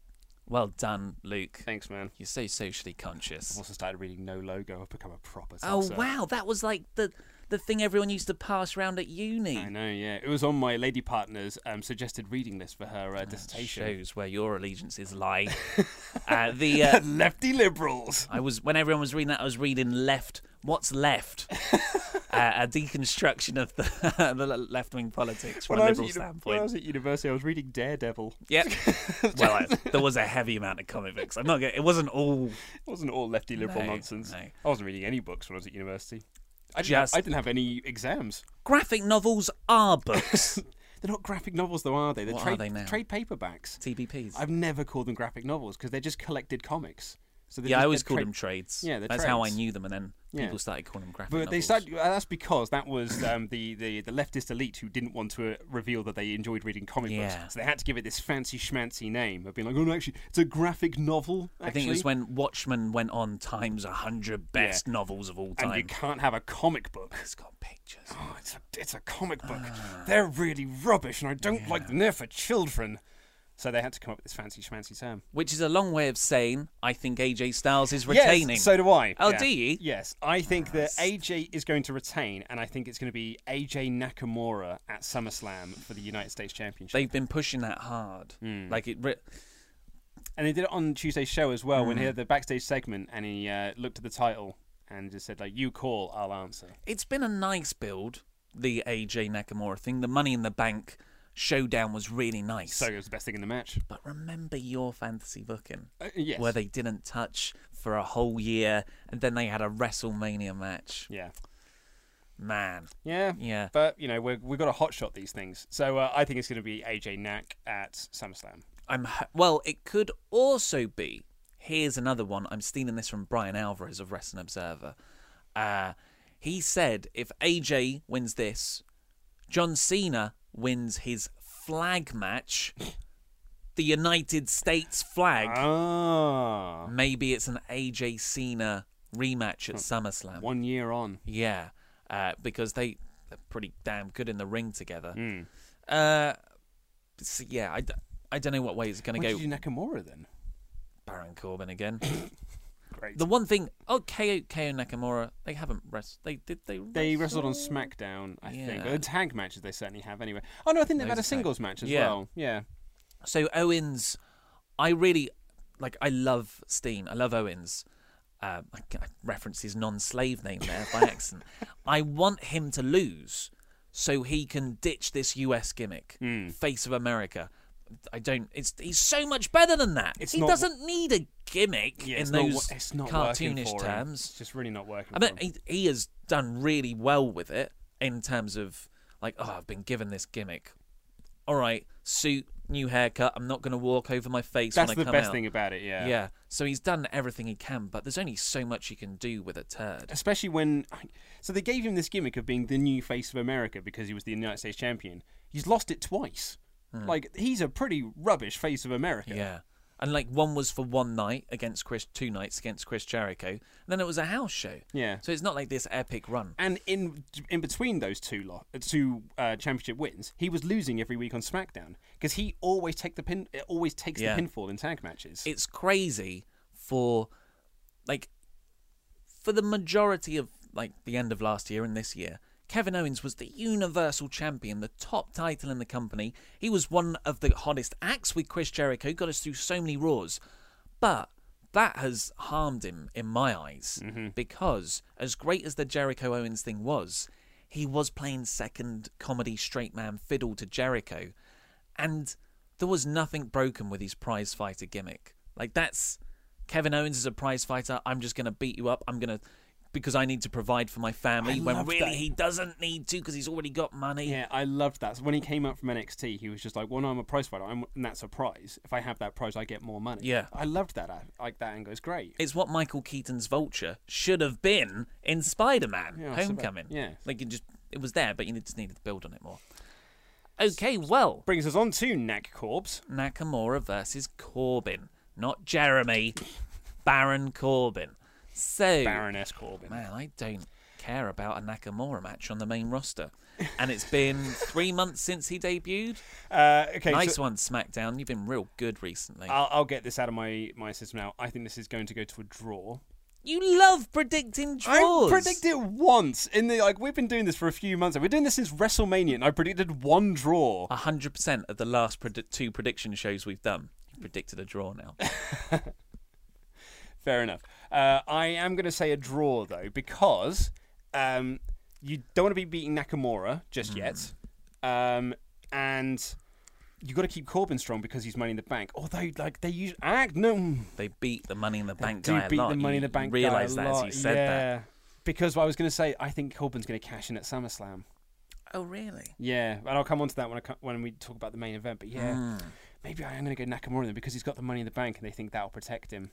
Well done, Luke.
Thanks, man.
You're so socially conscious.
I've also started reading No Logo. I've become a proper.
Oh
salsa.
wow, that was like the the thing everyone used to pass around at uni.
I know, yeah. It was on my lady partner's um, suggested reading list for her uh,
That
dissertation.
shows where your allegiances lie. uh, the uh,
Lefty liberals.
I was when everyone was reading that, I was reading left. What's left? uh, a deconstruction of the, the left wing politics from
When I
a
was
liberal
at uni- when I
standpoint.
was at university, I was reading Daredevil.
Yep. well, I, there was a heavy amount of comic books. I'm not. Gonna, it wasn't all
It wasn't all lefty liberal
No,
nonsense.
no.
I wasn't reading any books when I was at university. I didn't,
just
I didn't have any exams.
graphic novels are books.
They're not graphic novels, though, are they? They're
What are
trade,
they now?
trade paperbacks.
TBPs.
I've never called them graphic novels because they're just collected comics. So they're
yeah,
just-
I always
they're
called
tra-
them trades.
Yeah, they're
that's how I
trades.
knew them, and then
Yeah.
people started calling them graphic
But
novels.
they started. uh, That's because that was um, the, the the leftist elite who didn't want to uh, reveal that they enjoyed reading comic
Yeah.
books, so they had to give it this fancy schmancy name of being like, "Oh, no, actually, it's a graphic novel." Actually.
I think it was when Watchmen went on times a hundred best
Yeah.
novels of all
and
time.
you can't have a comic book.
It's got pictures.
Oh, it's a, it's a comic book. They're really rubbish, and I don't like them. They're for children. So they had to come up with this fancy schmancy term.
Which is a long way of saying I think AJ Styles is retaining.
Yes, so do I.
Oh,
Yeah.
do you?
Yes, I think that AJ is going to retain, and I think it's going to be AJ Nakamura at SummerSlam for the United States Championship.
They've been pushing that hard.
Hmm.
Like it. Re-
and they did it on Tuesday's show as well when he
Mm.
had the backstage segment, and he uh, looked at the title and just said like, "You call, I'll answer."
it's been a nice build. The AJ Nakamura thing, the Money in the Bank showdown was really nice.
So it was the best thing in the match.
but remember your fantasy booking,
Uh, yes.
where they didn't touch for a whole year, and then they had a WrestleMania match.
Yeah.
Man,
Yeah.
Yeah.
But you know, we're, we've got to hot shot these things, so uh, I think it's going to be AJ Knack at SummerSlam.
I'm ho- well. It could also be. Here's another one. I'm stealing this from Brian Alvarez of Wrestling Observer. Uh, he said if AJ wins this, John Cena wins his flag match, the United States flag.
Ah.
Maybe it's an AJ Cena rematch at SummerSlam.
One year on.
Yeah, uh, because they they're pretty damn good in the ring together.
Hmm.
Uh, so yeah, I, d- I don't know what way it's going
Why
to
did
go.
you do Nakamura then?
Baron Corbin again.
Great.
the one thing, oh, KO, KO Nakamura, they haven't wrestled. They did they?
They wrestled on SmackDown, I think.
Yeah.
Uh, tag matches they certainly have anyway. Oh no, I think they've
Loads
had a
of tag-
singles match as
Yeah.
well. Yeah.
So Owens, I really like. I love Steen. I love Owens. Um, I, I reference his non-slave name there by accident. I want him to lose so he can ditch this U.S. gimmick,
Hmm.
face of America. I don't. It's he's so much better than that.
It's
he
not-
doesn't need a gimmick
yeah
in
it's
those
not, wo- it's not working
cartoonish
for him.
terms.
It's just really not working.
I mean,
for him.
he, he has done really well with it in terms of like, oh, I've been given this gimmick. All right, suit, new haircut. I'm not going to walk over my face
That's
when I
the
come
best
out.
thing about it. Yeah.
yeah. So he's done everything he can, but there's only so much you can do with a turd.
Especially when, so they gave him this gimmick of being the new face of America because he was the United States champion. He's lost it twice. Like he's a pretty rubbish face of America.
Hmm. Yeah. And like one was for one night against Chris, two nights against Chris Jericho. And then it was a house show.
Yeah.
So it's not like this epic run.
And in in between those two lo- uh, two uh, championship wins, he was losing every week on SmackDown because he always take the pin, uh, always takes
Yeah.
the pinfall in tag matches.
it's crazy for like for the majority of like the end of last year and this year Kevin Owens was the Universal Champion, the top title in the company. He was one of the hottest acts with Chris Jericho, got us through so many Raws. But that has harmed him in my eyes because, as great as the Jericho Owens thing was, he was playing second comedy straight man fiddle to Jericho. And there was nothing broken with his prize fighter gimmick. Like, that's Kevin Owens is a prize fighter. I'm just going to beat you up. I'm going to. Because I need to provide for my family
I
when
love
really
that.
he doesn't need to because he's already got money.
Yeah, I loved that. So when he came up from NXT, he was just like, "Well, no, I'm a prize fighter, I'm, and that's a prize. If I have that prize, I get more money."
Yeah.
I loved that. I, like that angle. It's great.
It's what Michael Keaton's Vulture should have been in Spider Man
Yeah, I suppose.
Homecoming.
Yeah.
Like it just it was there, but you just needed to build on it more. Okay, well,
Brings us on to Neck Corpse.
Nakamura versus Corbin, not Jeremy, Baron Corbin. So
Baroness Corbin.
Man, I don't care about a Nakamura match on the main roster, and it's been three months since he debuted.
Uh, okay,
nice
so
one, SmackDown. You've been real good recently.
I'll, I'll get this out of my, my system now. I think this is going to go to a draw.
you love predicting draws.
I predicted once in the like we've been doing this for a few months. now. We're doing this since WrestleMania, and I predicted one draw.
hundred percent of the last predi- two prediction shows we've done. You predicted a draw now.
Fair enough. Uh, I am going to say a draw though because um, you don't want to be beating Nakamura just
Hmm.
yet, um, and you got to keep Corbin strong because he's Money in the Bank. Although, like they use act no,
they beat the Money in the Bank
do
guy a
beat
lot.
the Money
you,
in the Bank.
Realize
guy
that
a lot.
as you said
yeah.
that.
Because I was going to say, I think Corbin's going to cash in at SummerSlam.
Oh really?
Yeah, and I'll come on to that when I co- when we talk about the main event. But yeah,
Hmm.
maybe I am going to go Nakamura then because he's got the money in the bank and they think that'll protect him.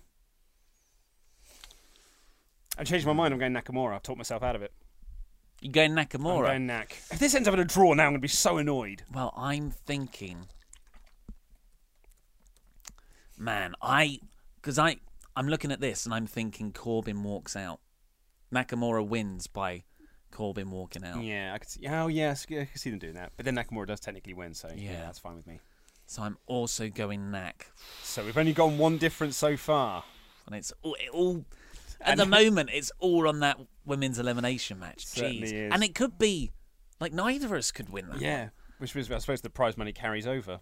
I changed my mind. I'm going Nakamura. I've talked myself out of it.
You go
I'm
Nakamura.
going Nak. If this ends up in a draw now, I'm going to be so annoyed.
Well, I'm thinking, man, I because I I'm looking at this and I'm thinking Corbin walks out. Nakamura wins by Corbin walking out.
Yeah, I could see. Oh yes, yeah, I could see them doing that. But then Nakamura does technically win, so yeah,
Yeah.
that's fine with me.
So I'm also going Nak,
So we've only gone one difference so far.
and it's all, it all at
And-
the moment it's all on that women's elimination match.
Certainly
Jeez,
is.
and it could be like neither of us could win that,
Yeah, which means I suppose the prize money carries over.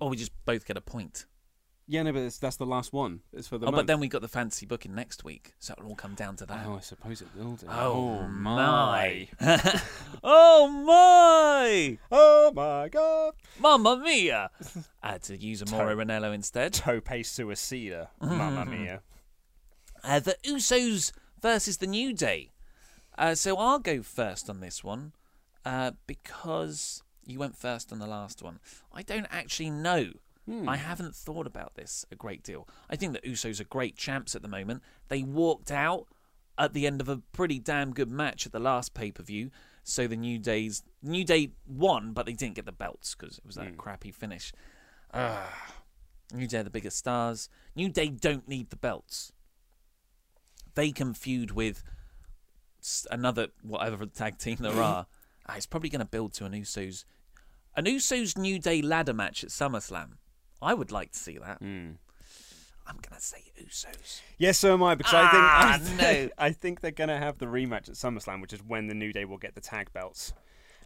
or we just both get a point.
Yeah, no, but it's, that's the last one. It's for the
oh,
month.
but then we got the fancy booking next week, so it'll all come down to that.
Oh, I suppose it will do.
Oh, my. oh my!
Oh my god.
Mamma mia! I had to use a Moro Ranello instead.
Tope suicida. Mamma mia.
Uh, the Usos versus the New Day. Uh, so I'll go first on this one uh, because you went first on the last one. I don't actually know. I haven't thought about this a great deal. I think the Usos are great champs at the moment. They walked out at the end of a pretty damn good match at the last pay per view. So the New Day's New Day won, but they didn't get the belts because it was that crappy finish. Ah, New Day are the biggest stars. New Day don't need the belts they can feud with s- another whatever tag team there are. Ah, it's probably going to build to an Usos, an Usos New Day ladder match at SummerSlam. I would like to see that. I'm going to say Usos.
Yes, so am I, because I
Ah,
think I, think- I think they're gonna have the rematch at SummerSlam, which is when the New Day will get the tag belts.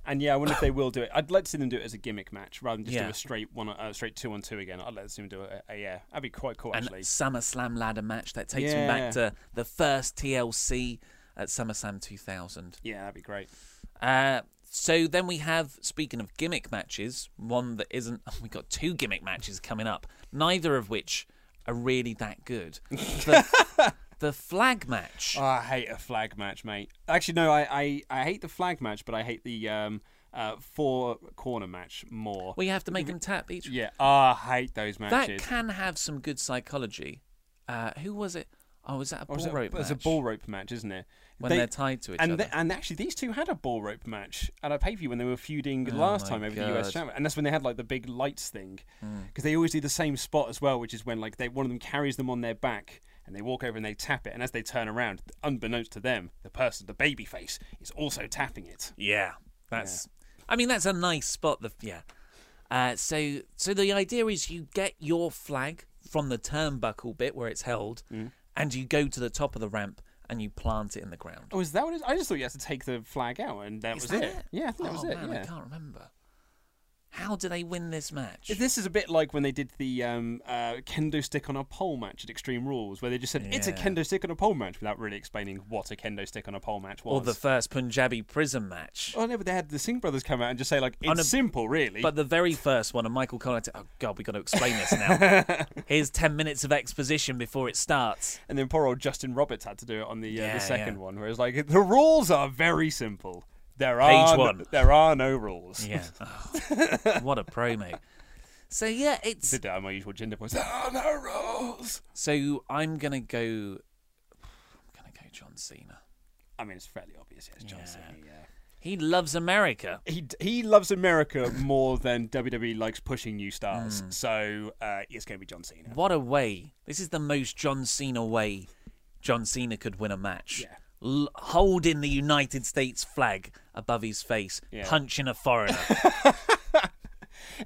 And yeah, I wonder if they will do it. I'd like to see them do it as a gimmick match rather than just do
Yeah.
a straight one, uh, straight two on two again. I'd like to see them do it. uh, yeah, that'd be quite cool
An
actually.
SummerSlam ladder match that takes me
Yeah.
back to the first TLC at SummerSlam 2000.
yeah, that'd be great.
Uh, so then we have, speaking of gimmick matches, one that isn't. We've got two gimmick matches coming up, neither of which are really that good. The, the flag match.
Oh, I hate a flag match, mate. Actually, no, I, I, I hate the flag match, but I hate the um, uh, four corner match more.
We have to make them tap each.
Mm-hmm. yeah, oh, I hate those
that
matches.
can have some good psychology. Uh, who was it? Oh, was that a ball
Or is it a-
rope?
It's a
match?
ball rope match, isn't it?
When they're tied to each
and
other.
the- and actually, these two had a ball rope match at a pay per view when they were feuding
Oh
last
my
time over the US
God. Hmm.
Championship, and that's when they had like the big lights thing, because they always do the same spot as well, which is when like they one of them carries them on their back. And they walk over and they tap it, and as they turn around, unbeknownst to them, the person, the baby face, is also tapping it.
Yeah, that's. I mean, that's a nice spot. The yeah. Uh, so so the idea is you get
Mm.
your flag from the turnbuckle bit where it's held, and you go to the top of the ramp and you plant it in the ground.
Oh, is that what it is? I just thought you had to take the flag out and that
Is
was
that
it. Yeah, I think
oh,
that was it.
Man, I
Yeah.
can't remember. How do they win this match?
This is a bit like when they did the um, uh, kendo stick on a pole match at Extreme Rules, where they just said it's a
Yeah.
kendo stick on a pole match without really explaining what a kendo stick on a pole match was.
or the first Punjabi prison match?
oh no, but they had the Singh brothers come out and just say like it's
Oh, no,
simple, really.
But the very first one, and Michael Collins. Oh God, we got to explain this now. Here's ten minutes of exposition before it starts.
and then poor old Justin Roberts had to do it on the uh,
Yeah,
the second
yeah.
one, where it's like the rules are very simple. There
Page
are
one.
there are no rules.
Yeah. Oh, what a promo. So yeah, it's
Did that my usual gender voice. There are no rules.
So I'm gonna go. I'm gonna go John Cena.
I mean, it's fairly obvious. Yes, John
Yeah.
Cena. Yeah.
He loves America.
he he loves America more than WWE likes pushing new stars. So uh, it's going to be John Cena.
Hmm. What a way! This is the most John Cena way John Cena could win a match.
Yeah.
L- holding the United States flag above his face,
Yeah.
punching a foreigner.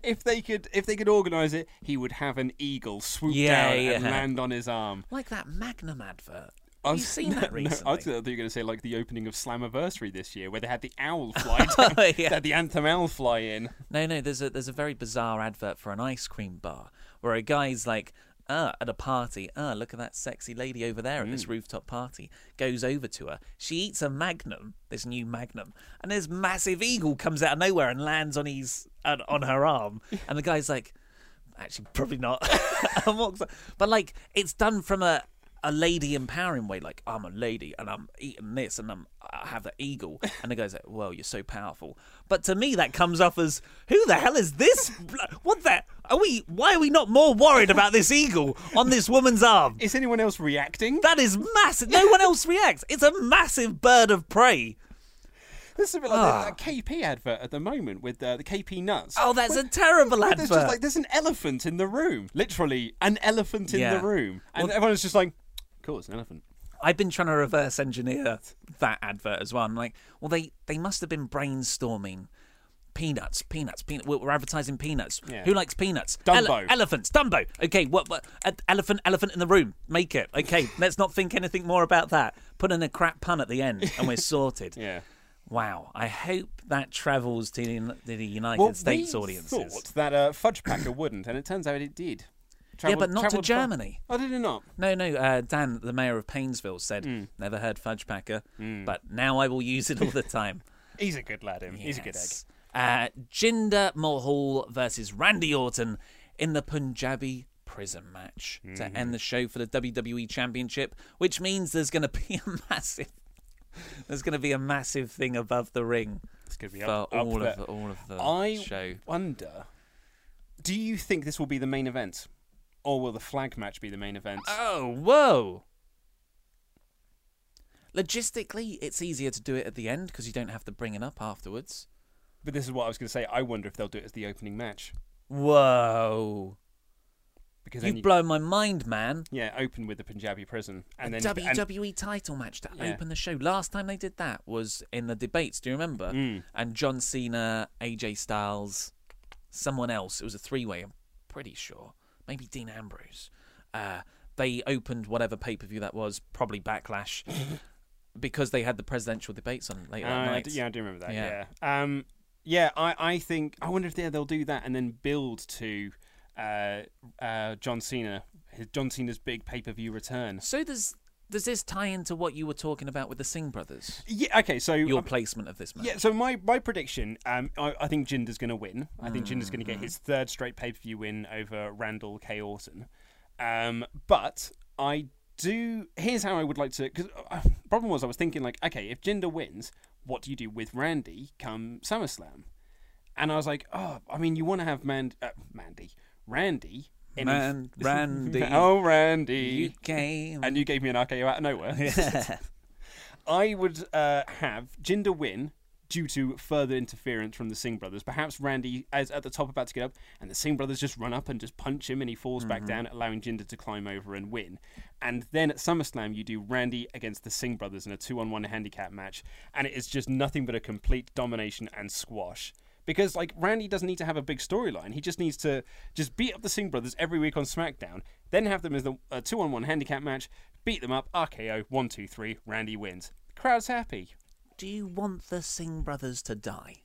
If they could if they could organize it, he would have an eagle swoop
Yeah,
down and
yeah.
land on his arm.
like that Magnum advert.
I
Have you
was-
seen
no,
that
no,
recently?
I was gonna- I thought you were going to say like the opening of Slammiversary this year, where they had the owl fly, down,
Oh, Yeah.
they had the anthem owl fly in.
No, no. There's a there's a very bizarre advert for an ice cream bar where a guy's like, ah, at a party, ah, look at that sexy lady over there at this rooftop party. Goes over to her. She eats a Magnum, this new Magnum, and this massive eagle comes out of nowhere and lands on his on, on her arm. And the guy's like, actually, probably not. and walks. o- But like, it's done from a. A lady empowering way, like I'm a lady and I'm eating this and I'm I have the eagle, and the guy's like, "Well, you're so powerful." But to me, that comes off as, "Who the hell is this? bl- What the? Are we? Why are we not more worried about this eagle on this woman's arm?
Is anyone else reacting?
That is massive. No one else reacts. It's a massive bird of prey.
This is a bit like that, that KP advert at the moment with uh, the KP nuts.
Ah. Oh, that's a terrible
But There's just like
advert.
there's an elephant in the room, literally an elephant in
Yeah.
the room, and
Well-
everyone's just like, "Cool, it's an elephant."
I've been trying to reverse engineer that advert as well. I'm like, well, they they must have been brainstorming. Peanuts, peanuts, peanut. We're we're advertising peanuts.
Yeah.
Who likes peanuts?
Dumbo.
elephants, Dumbo. Okay, what? what e- elephant, elephant in the room. Make it. Okay, let's not think anything more about that. Put in a crap pun at the end, and we're sorted.
Yeah.
Wow. I hope that travels to the, to the United States
we
audiences.
thought that uh, Fudge Packer wouldn't, and it turns out it did. Travel-
but not to
travelled far-
Germany.
Oh, did it not?
No, no. Uh, Dan, the mayor of Painesville, said,
Hmm.
"Never heard fudge packer, but now I will use it all the time."
He's a good lad, him. He's a good egg.
Yes. Uh, Jinder Mahal versus Randy Orton in the Punjabi prison match
Mm-hmm.
to end the show for the WWE Championship, which means there's going to be a massive, there's going to be a massive thing above the ring
It's going to be
for
up, up
all
there.
of the, all of the
I
show.
wonder. Do you think this will be the main event, or will the flag match be the main event?
Oh, whoa. Logistically, it's easier to do it at the end because you don't have to bring it up afterwards.
but this is what I was going to say. I wonder if they'll do it as the opening match
Whoa.
because then
You've blown my mind, man.
yeah, open with the Punjabi prison, and
a
then and-
WWE E title match to
Yeah.
open the show. Last time they did that was in the debates. Do you remember?
Mm.
And John Cena, AJ Styles, someone else. It was a three-way. I'm pretty sure. Maybe Dean Ambrose. Uh, they opened whatever pay-per-view that was, probably Backlash, because they had the presidential debates on later
Uh,
that
I
night.
d- yeah, I do remember that.
Yeah.
Yeah. Um, yeah, I, I think I wonder if they, they'll do that and then build to uh, uh, John Cena, his, John Cena's big pay per view return.
So does does this tie into what you were talking about with the Singh brothers?
Yeah. Okay. So
Your
um,
placement of this match.
yeah. So my, my prediction, um, I, I think Jinder's going to win. I think Jinder's going to
Mm.
get his third straight pay per view win over Randall K Orton. Um, but I do. Here's how I would like to. Because uh, problem was, I was thinking like, okay, if Jinder wins, what do you do with Randy come SummerSlam? And I was like, oh, I mean, you want to have Man- uh, Mandy, Randy, in a-
Man- Randy.
oh, Randy,
You came.
and you gave me an RKO out of nowhere. I would uh, have Jinder win due to further interference from the Singh brothers. Perhaps Randy is at the top about to get up, and the Singh brothers just run up and just punch him, and he falls back down, allowing Jinder to climb over and win. And then at SummerSlam, you do Randy against the Singh brothers in a two-on-one handicap match, and it is just nothing but a complete domination and squash. Because like Randy doesn't need to have a big storyline, he just needs to just beat up the Sing brothers every week on SmackDown, then have them as the uh, two-on-one handicap match, beat them up, RKO, one, two, three, Randy wins. Crowd's happy.
Do you want the Singh brothers to die?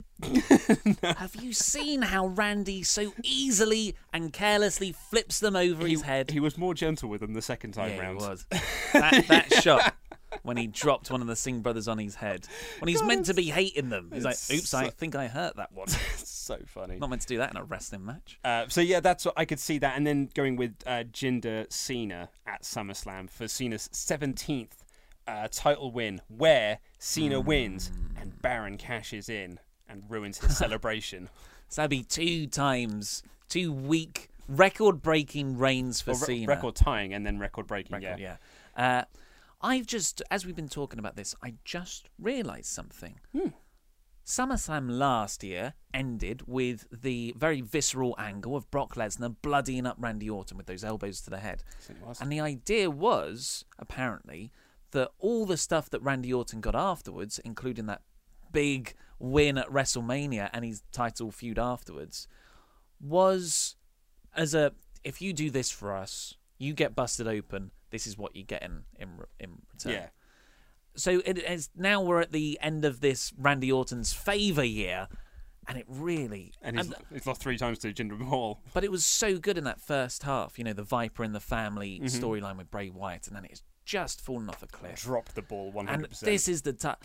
Have you seen how Randy so easily and carelessly flips them over his head?
He was more gentle with them the second time
yeah,
round.
he was. That, that shot when he dropped one of the Singh brothers on his head. When he's meant to be hating them. He's like,
it's
oops, I
so-
think I hurt that one.
so funny.
Not meant to do that in a wrestling match.
Uh, so yeah, that's what I could see that, and then going with uh, Jinder Cena at SummerSlam for Cena's seventeenth uh, title win, where Cena wins
Mm.
and Baron cashes in and ruins his celebration.
So that'd be two times, two week record breaking reigns for
Or re-
Cena.
record tying and then record breaking.
Record,
yeah.
yeah. Uh, I've just, as we've been talking about this, I just realised something.
Hmm.
SummerSlam last year ended with the very visceral angle of Brock Lesnar bloodying up Randy Orton with those elbows to the head. And the idea was, apparently, that all the stuff that Randy Orton got afterwards, including that big win at WrestleMania and his title feud afterwards, was as a if you do this for us, you get busted open. This is what you get in in, re- in return.
Yeah.
So it is now we're at the end of this Randy Orton's favor year, and it really
And he's, he's lost three times to Jinder Mahal.
but it was so good in that first half. You know the Viper in the family
Mm-hmm.
storyline with Bray Wyatt, and then it's just fallen off a cliff.
Dropped the ball one
And
hundred percent.
this is the time.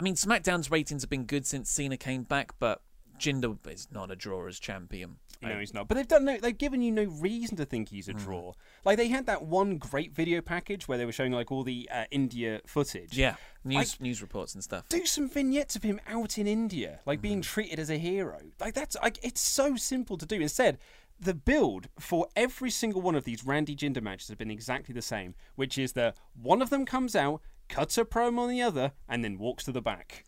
I mean, SmackDown's ratings have been good since Cena came back, but Jinder is not a draw as champion.
No, he's not. Hmm. But they've done no. They've given you no reason to think he's a draw. Like they had that one great video package where they were showing like all the uh, India footage.
Yeah, news news reports and stuff. Mm-hmm.
do some vignettes of him out in India, like being treated as a hero. Like that's like it's so simple to do. Instead, the build for every single one of these Randy Jinder matches have been exactly the same, which is that one of them comes out, cuts a promo on the other, and then walks to the back.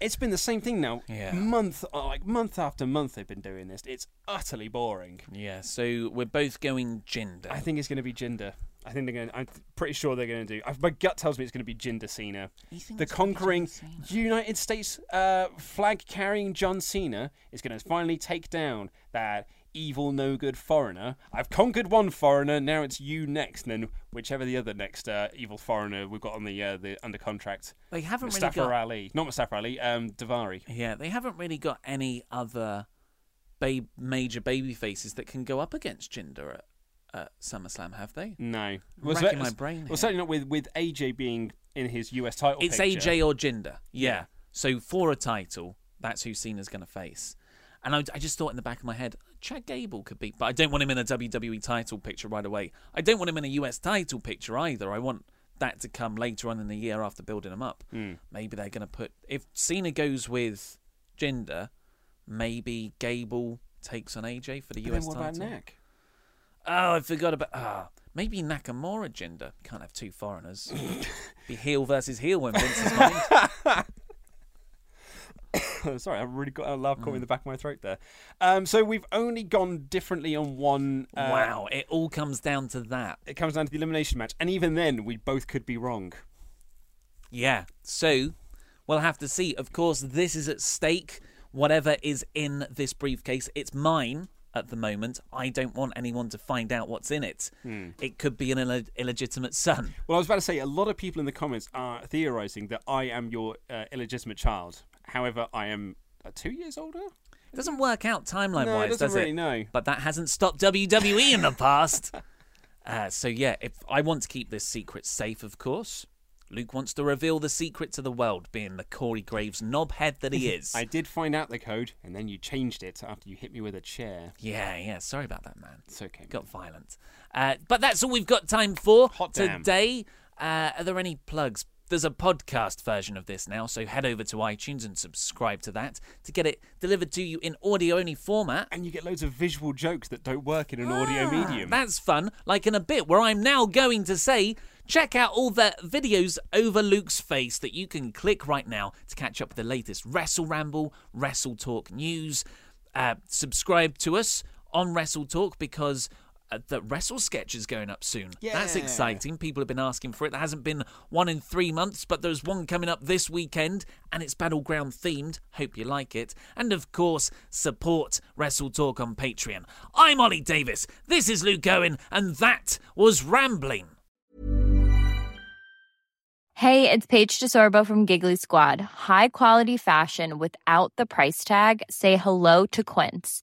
It's been the same thing now,
Yeah.
month uh, like month after month. They've been doing this. It's utterly boring.
Yeah, so we're both going Jinder.
I think it's going to be Jinder. I think they're going. to I'm pretty sure they're going to do. I, my gut tells me it's going to be Jinder Cena, the conquering United States uh, flag carrying John Cena is going to finally take down that evil, no good foreigner. I've conquered one foreigner. Now it's you next, and then whichever the other next uh, evil foreigner we've got on the uh, the under contract.
They haven't really
Mustafa
got-
Ali, not Mustafa Ali, um, Davari.
yeah, they haven't really got any other ba- major baby faces that can go up against Jinder at, at SummerSlam, have they?
No,
racking
cer-
my brain
Well,
here. certainly.
certainly not with with AJ being in his US title.
It's
picture.
AJ or Jinder. Yeah. So for a title, that's who Cena's going to face. And I, I just thought in the back of my head, Chad Gable could be, but I don't want him in a WWE title picture right away. I don't want him in a US title picture either. I want that to come later on in the year after building him up. Maybe they're going to put if Cena goes with Jinder, maybe Gable takes on AJ for the
But then
US
what about
title.
Nick?
Oh, I forgot about ah. Maybe Nakamura Jinder. Can't have two foreigners. Be heel versus heel when Vince is mind.
Sorry, I really got a laugh caught me in the back of my throat there. Um, so we've only gone differently on one. Uh,
wow, it all comes down to that.
It comes down to the elimination match, and even then, we both could be wrong.
Yeah. So we'll have to see. Of course, this is at stake. Whatever is in this briefcase, it's mine at the moment. I don't want anyone to find out what's in it.
Hmm.
It could be an Ill- illegitimate son.
Well, I was about to say a lot of people in the comments are theorising that I am your uh, illegitimate child. However, I am uh, two years older.
It doesn't work out timeline
No, it
wise,
doesn't
does
really,
it?
no.
But that hasn't stopped WWE in the past. Uh, so yeah, if I want to keep this secret safe, of course. Luke wants to reveal the secret to the world, being the Corey Graves knobhead that he is.
I did find out the code, and then you changed it after you hit me with a chair.
Yeah, yeah. Sorry about that, man.
It's okay.
Got violent. Uh, but that's all we've got time for
Hot damn.
today. Uh, are there any plugs? There's a podcast version of this now, so head over to iTunes and subscribe to that to get it delivered to you in audio only format.
And you get loads of visual jokes that don't work in an audio medium.
That's fun, like in a bit where I'm now going to say, check out all the videos over Luke's face that you can click right now to catch up with the latest Wrestle Ramble, Wrestle Talk news. Uh, subscribe to us on Wrestle Talk because. Uh, the wrestle sketch is going up soon. That's
Yeah.
exciting. People have been asking for it. There hasn't been one in three months, but there's one coming up this weekend, and it's battleground themed. Hope you like it. And of course, support Wrestle Talk on Patreon. I'm Ollie Davis. This is Luke Owen, and that was Rambling.
Hey, it's Paige DeSorbo from Giggly Squad. High quality fashion without the price tag. Say hello to Quince.